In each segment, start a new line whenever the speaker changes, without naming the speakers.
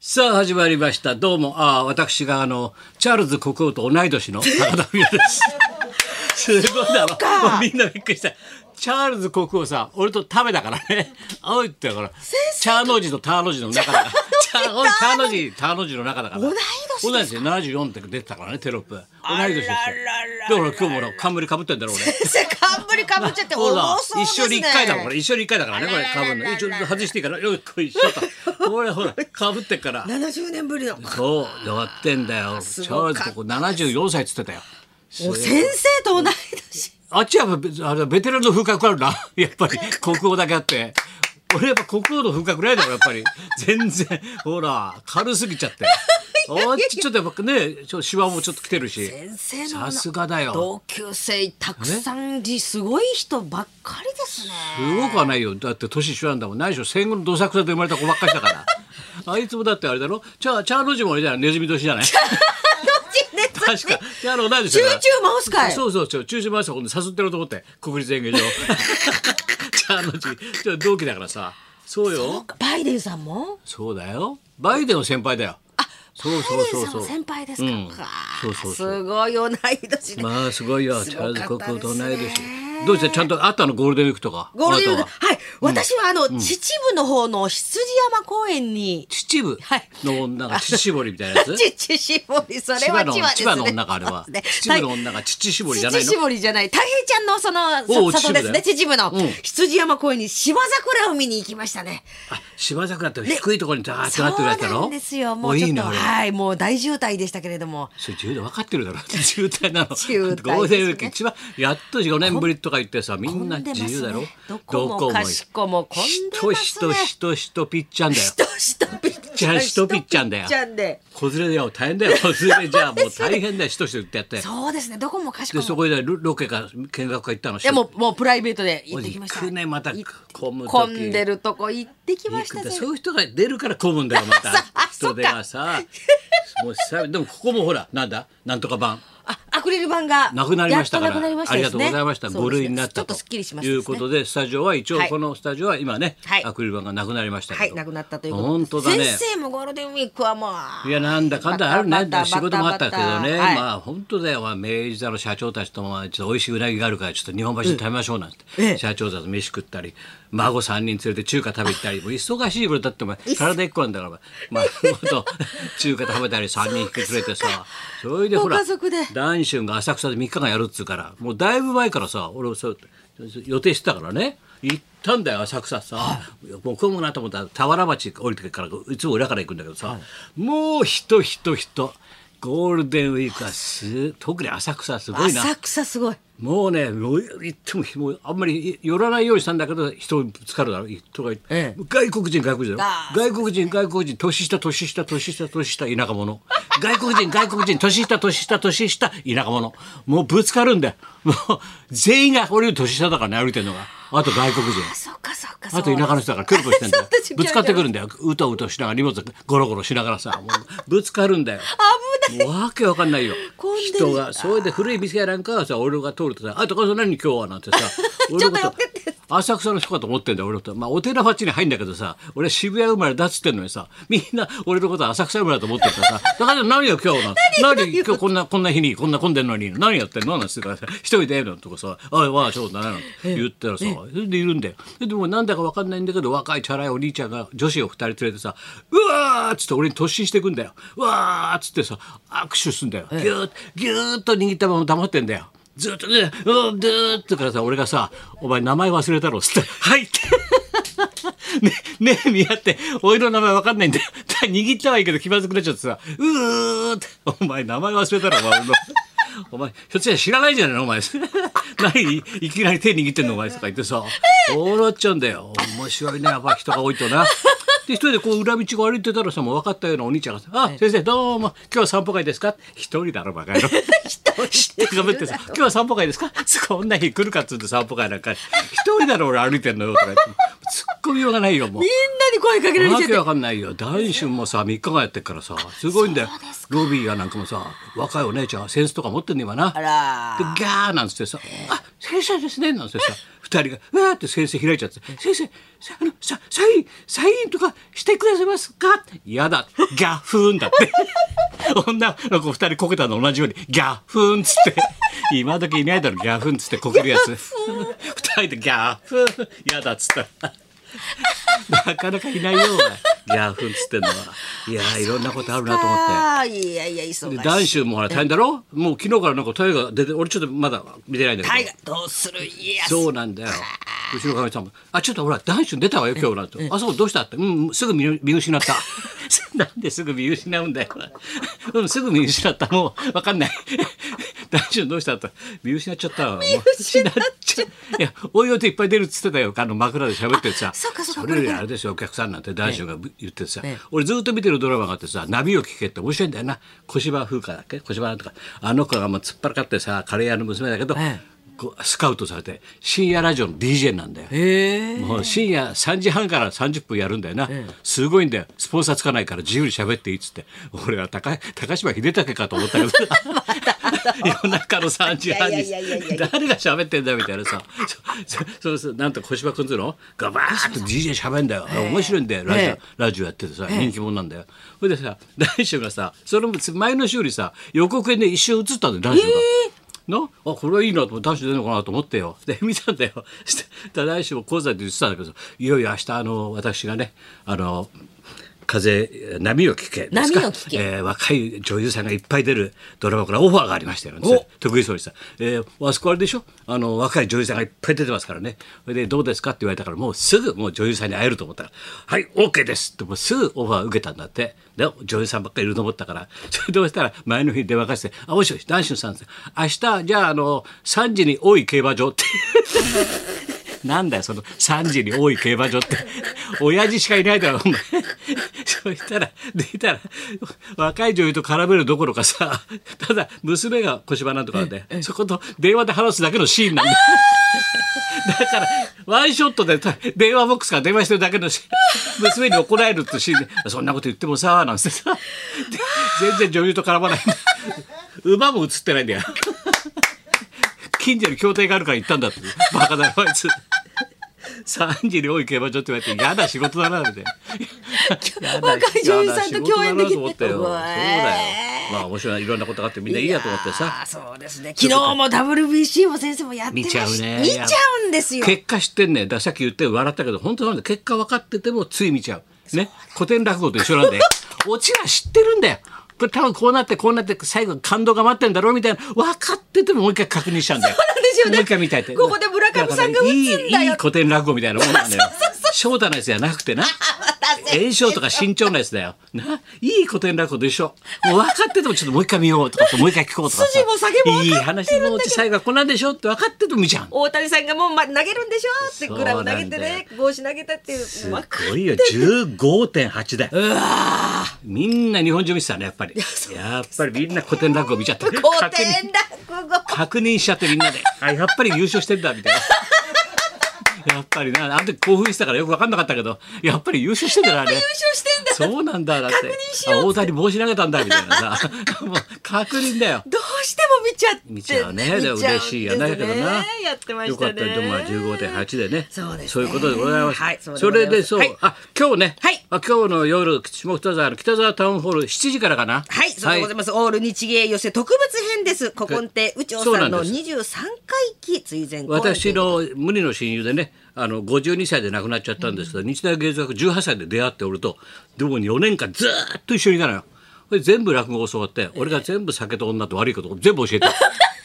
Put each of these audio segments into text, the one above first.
さあ始まりましたどうもああ私があのチャールズ国王と同い年の高田美代です すごいなもうみんなびっくりしたチャールズ国王さ俺とタメだからね青いってだからチャーの字とターの字の中だからチャーの字ターの字の中だから
同い年
同い年七十四って出てたからねテロップ同い年ですよ
あららら
だから今日もほら冠かぶってんだろ俺
先生冠かぶっちゃって
ほ
重
ら
そうで
一
す
緒
ね
に一回だもんこれ一緒に一回だからねこれ
あ
か
ら
ぶ
ららら
るの一応外していいからよく一 緒とこれほらかぶってっから
70年ぶりの
そうやってんだよチ
す
ャ
ご
ール
かった
ズここ74歳っつってたよ
お先生と同い年
あっちはやっぱ別あれベテランの風格あるな やっぱり国王だけあって俺やっぱ国王の風格ないだろやっぱり全然ほら軽すぎちゃ ってあっちちょっとやっぱねちょっとシワもちょっと来てるし
先生の
さすがだよ
同級生たくさんですごい人ばっかりですね
すごくはないよだって年一緒なんだもんないでしょ戦後のどさくさで生まれた子ばっかりだから あいつもだってあれだろチャチャーの字もあれじゃないネズミ年じゃない確かチャーのないでし
集
ょ
中マウス会
そうそうそう中止回したことで誘ってると思って国立演芸場 チャーの字ちょっと同期だからさそうよそう
バイデンさんも
だよバイデンの先輩だよ
あ
そうそうそう
バイデンさん
そう
も先輩ですか、
うん
わあ
そうそうそう
すごい同い年で、
まあすごいよ
す
チ
ご
ャ
か
ー
った
ルズ国王と同い
で
年
すね
どうしてちゃんとあったのゴールデンウィークとか
ゴールデンウィー
あな
ク
たは
はい、私はあの、秩父の方の羊山公園に
秩父
はい
の女が乳搾りみたいなや つ
父絞りそれ
千
は
葉
千
の
葉ですね
千葉の女かあれは
そうです
秩父
ね
の女が乳搾りじゃない
父
の
絞りじゃない太平ちゃんのそ
おう
のさ里ですね
秩
秩父の、
うん
羊山公園に芝桜を見に行きましたね
あ芝桜って低いところにダーッと
そう
なってる
な
やつだろ
んですよも
お
うちょ
い
っ
い
と
なあれ
はいもう大渋滞でしたけれども
それ渋滞分かってるだろ渋滞なの
渋滞ですね
ゴールデンウィーク一番やっと4年ぶりとか言ってさみんな
混んでますね
自由だろ
どこもかしこも混んでますね
人人人人ピッチャンだよ
ひとしとぴっちゃん
ひとぴっちゃんだよ
ひとぴっちゃんで
子連れだよ大変だよ子連れじゃあもう大変だよ人人ってやって
そうですねどこもかしこ
で
も
そこでロロケか見学会行ったの
いやもうもうプライベートで行ってきました
行くねまた
い
混む時
混んでるとこ行ってきま
行
し
く
た
んだ
ね
そういう人が出るから混むんだよまた
あ
人
そっか
手がさもうさでもここもほらなんだなんとか版
あアクリル板が
なくなりましたから
やっとなくなりました
あり
で
がとう
すね
ございました
そう
5
ですね
類になっ
ちょ
た
っと
と
すっきりしました
い
ですね
うことでスタジオは一応
はい
このスタジオは今ね
はい
アクリル板がなくなりました
は
け
い、
ど
なくなったということで
本当だね
先生もゴールデンウィークはまあ。
いやなんだかんだある
バ
ね
タバタ
仕事もあったけどね
バタバタはい
まあ本当だよまあ明治座の社長たちともまあちょっと美味しいうなぎがあるからちょっと日本橋で食べましょうなん
え
て
え
社長たちと飯食ったり孫3人連れて中華食べ行ったりもう忙しい分だってお前体一個なんだからまあ孫と中華食べたり3人引き連れて さそれでほら
ご家族で
男春が浅草で3日間やるっつうからもうだいぶ前からさ俺もそう予定してたからね行ったんだよ浅草さ、もう混むなと思ったら田原町降りてからいつも裏から行くんだけどさ、もう人人人ゴールデンウィークはす特に浅草すごいな
浅草すごい。
もうねもう行ってももうあんまり寄らないようにしたんだけど人ぶつかるだろ人が、
ええ
外国人外国人だ
ああ
ろ外国人外国人年下年下年下年下田舎者外国人外国人年下年下年下田舎者もうぶつかるんだよもう全員が俺より年下だからね歩いてるのがあと外国人
あ、そっかそっか。
あと田舎の人だからクルクルして んだよ
そう
ぶつかってくるんだようとうとしながら荷物ゴロゴロしながらさもうぶつかるんだよ
危
もうわけわかんないよ
混んでる
人がそれで古い店やなんかはさ俺が通るとさ「あとこそ何今日は」なんてさ俺の
ちょ
こ
っと寄ってって
と 浅草の人かと思ってんだよ俺のことまあお寺町に入んだけどさ俺渋谷生まれだっつってんのにさみんな俺のこと浅草生まれだと思ってるからさ「だから何よ今日なんて 何今日こんなこんな日にこんな混んでんのに何やってんの?」なんつってからさ「一人で」なんてとかさ「あいわあそうだね」なんて言ったらさそれでいるんだよででもなんだかわかんないんだけど若いチャラいお兄ちゃんが女子を二人連れてさ「うわー!」っつって俺に突進していくんだよ「うわー!」っつってさ握手すんだよギューッギューッと握ったまま黙ってんだよずっとね「うんずーっとからさ俺がさ「お前名前忘れたろ」っつって「はい」って。 ねねえ見合っておいの名前わかんないんだよ 握ったはいいけど気まずくなっちゃってさ「うー」って「お前名前忘れたらお前の お前ひょっとしたら知らないじゃないのお前 何いきなり手握ってんのお前」とか言ってさ笑っちゃうんだよ面白いねやっぱ人が多いと な。で一人でこう裏道を歩いてたらさもう分かったようなお兄ちゃんがさ「あ先生どうも今日は散歩会ですか?」一人だろバカ 野郎知ってかぶってさ「今日は 散歩会ですか?」こんな日来るかっつって散歩会なんか一人だろ俺歩いてんのよとか言って突っっ込みようがないよもう
みんなに声かけられちゃ
わ
っ
け
て
わかんないよ大臣もさ3日間やってっからさすごいんだよロビーやなんかもさ若いお姉ちゃんはセンスとか持ってんね今な
あ
で
らー
ギャーなんつってさ「あ先生ですね」なんつってさ2人がわーって先生開いちゃって「先生さあのさサインサインとかしてくださいますか?」やだギャフーン」だって女の子2人こけたの同じように「ギャフーン」っつって今時いないだろギャフーンっつってこけるやつ2人で「ギャフーン」やだっつったら。なかなかいないよ。お前ギャフンっつってんのは。いやー、いろんなことあるなと思って。
あーいやいや忙しい
で男子もほら大変だろもう昨日からなんか大河出て俺ちょっとまだ見てないんだ
大
け
河どうする家康
どそうなんだよ後ろからさんも「あちょっとほら男子出たわよ今日」なんて「あそこどうした?」って「うんすぐ見見失った」なんですぐ見失うんだよ うんすぐ見失ったもう分かんない 男子どうしたって見失っちゃったわ見
失っ
ちゃいやおいおいといっぱい出るっつってたよあの枕で喋っててさ
そうかそうか
れよ
これ
り
これ
あれですよお客さんなんて男子が言ってさ、
ええ
俺ずっと見てるドラマがあってさ「ナビを聞け」って面白いんだよな小芝風花だっけ小芝なんとかあの子がもう突っ張らかってさカレー屋の娘だけど、
ええ
こうスカウトされて深夜ラジオの DJ なんだよ。
へえ
もう深夜3時半から30分やるんだよな、すごいんだよスポンサーつかないから自由に喋っていいっつって俺は高高島秀武かと思った けど夜中の3時半に
いやいやいやいやいや
誰が喋ってんだみたいな さそそそうそうなんと小芝君っつうのがバーッと DJ 喋んだよ、面白いんだよラジオ、
ええ
ラジオやっててさ人気者なんだよ、それでさ来週がさその前の週にさ予告編で一瞬映ったんだよ来週が。なあこれはいいなと思って男子出るのかなと思ってよで見たんだよしてたら来週も講座で言ってたんだけどいよいよ明日あの私がねあの風波を聞けですか
波を聞け
えー若い女優さんがいっぱい出るドラマからオファーがありましたよね
お
得意そうにさ、えーあそこあれでしょあの若い女優さんがいっぱい出てますからねそれでどうですかって言われたからもうすぐもう女優さんに会えると思ったら「はい OK です」ってもうすぐオファー受けたんだってで女優さんばっかりいると思ったから それどうしたら前の日に電話かして「あもしもし男子のさんです明日じゃああの3時に多い競馬場」って。 なんだよその3時に多い競馬場って 親父しかいないだろお前 そしたら出たら若い女優と絡めるどころかさただ娘が小芝なんとかでそこと電話で話すだけのシーンなんだだからワンショットでた電話ボックスから電話してるだけのシーン娘に怒られるってシーンでそんなこと言ってもさなんてさで全然女優と絡まないんだ馬も映ってないんだよ近所に協定があるから行ったんだってバカだよあいつ3時に多い競馬場って言われて嫌な仕事だなみたいな
若い女優さんと共演でき
嫌な
て
仕事だなと思ったよそうだよまあ面白いいろんなことがあってみんないいやと思ってさ
あーそうですね昨日も WBC も先生もやってま
見
し
ちゃうね
見ちゃうんですよ
結果知ってんねんだからさっき言って笑ったけど本当なんだ結果分かっててもつい見ちゃうね古典落語と一緒 なんだよオチは知ってるんだよこれ多分こうなってこうなって最後感動が待ってんだろうみたいな分かっててももう一回確認しちゃうんだよ
そうなんですよね
もう一回見たいって
ここで村上さんが打つんだ
か
よ
らいいいい古典落語みたいなもん なんだよ翔太のやつじゃなくてな炎症とか身長のやつだよないい古典落語と一緒もう分かっててもちょっともう一回見ようとかもう一回聞こうとかさ
筋も下げも分かっ
いい
て
話
るんだけど
のうち最後はこんなんでしょって分かってても見ちゃう
大谷さんがもうま投げるんでしょって
そう
グ
なんだ
ラ
よ
ブ投げてね帽子投げたっていう
す
わか
ごいよ15.8だよみんな日本中見てたねやっぱりやっぱりみんな古典落語見ちゃった
古
確認
典落語
確認しちゃってみんなであやっぱり優勝してんだみたい なやっぱりなあの時興奮してたからよく分かんなかったけどやっぱり優勝してんだなあれ
優勝してんだ
そうなんだだって
確認しよう
あ大谷帽子投げたんだみたいなさ もう確認だよ
どうしても見ちゃって
見ちゃうね。で
見ちゃうん
嬉
です
しいよね。だけどな。
やってま
よ
し
か
た
っ
ね
たよ。でもまあ15.8でね。
そうですね
いうことでございます。
はいそうで
そ
ござい
れ
ます
でそう
はい。
あ今日ね。
はい
あ今日の夜下北沢の北沢タウンホール7時からかな。
はい、そうでございます。オール日芸寄せ特別編です。古今亭宇長さんの
そうなん
23回忌追善公演という
私の無理の親友でねあの52歳で亡くなっちゃったんですけど、日大芸術学18歳で出会っておるとでも4年間ずーっと一緒にいたのよ。それで全部落語を教わって俺が全部酒と女と悪いことを全部教 えて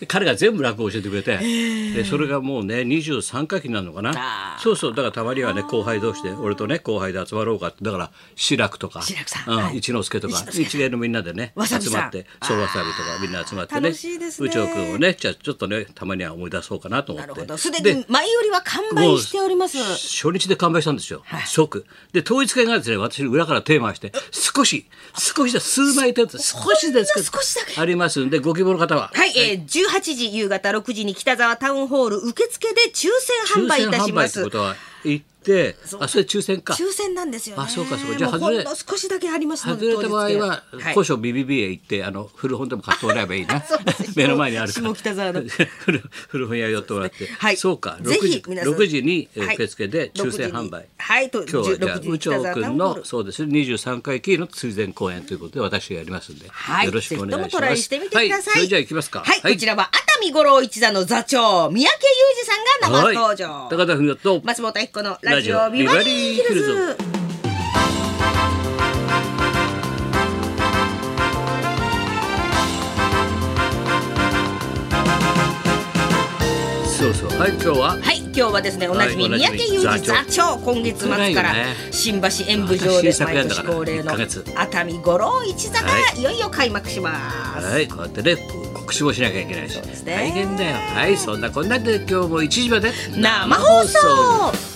で彼が全部落語を教えてくれて、でそれがもうね23回忌になるのか
あ
な
ー
そうそうだからたまにはね後輩同士で俺とね後輩で集まろうかってだから志らくとか
志らくさん
うん
はい
一之輔とか
一之輔
一芸のみんなでね
わさびさ
集
ん
まってそうわさびとかみんな集まってね
楽しいですね
宇宙君をねじゃあちょっとねたまには思い出そうかなと思
な
って
るほど。すで
で
に前よりは完売しております。
初日で完売したんですよ、即で統一会がですね私裏からテーマして少し少しだ数枚手を少しですけど
そんな少しだけ
ありますんでご希望の方は
はい、えー、18時夕方6時に北沢タウンホール受付で抽選販売いたします。
抽選販売ってことは行って
そう
あそれ抽選か
抽選なんですよね。
あそうかそうかじゃあ
もほんの
外れ
少しだけありますの
外
で
れた場合
当日券
は
はい
古書 BBB へ行ってあの古本でも買ってもらえばいい な目の前にあるから
下北沢の
古 古本屋寄ってもらって
はい
そうか
ぜ
6
ひ
時
皆さん
6時にえー
はい
受付で抽選販売
はいと
今日はじゃあ
16時
宇
北
長
沢タウンホール
君のそうですね23回忌の追善公演ということで私がやりますんで
はい、
よろしくお願いします
ぜひともトライしてみてください。
はいそれじゃあ行きますか
はい、こちらは熱海五郎一座の座長、三宅裕二さんが生登場。
はい高田文夫と
松本明子のラジオビバリーヒルズ。
そうそうはい今日は
はい、今日はですね、おなじみ
はいお
三
なじみ
宅裕二座
座
長、今月末から
少ないよね
新橋演舞場で
私昨年だ
毎年
から
恒例の
一ヶ月
熱海五郎一座が
はい
よいよ開幕します。
はい、こうやってね、告知もしなきゃいけないし、
うですね
大変だよ。はい、そんなこんなで今日も1時まで
生放送
放送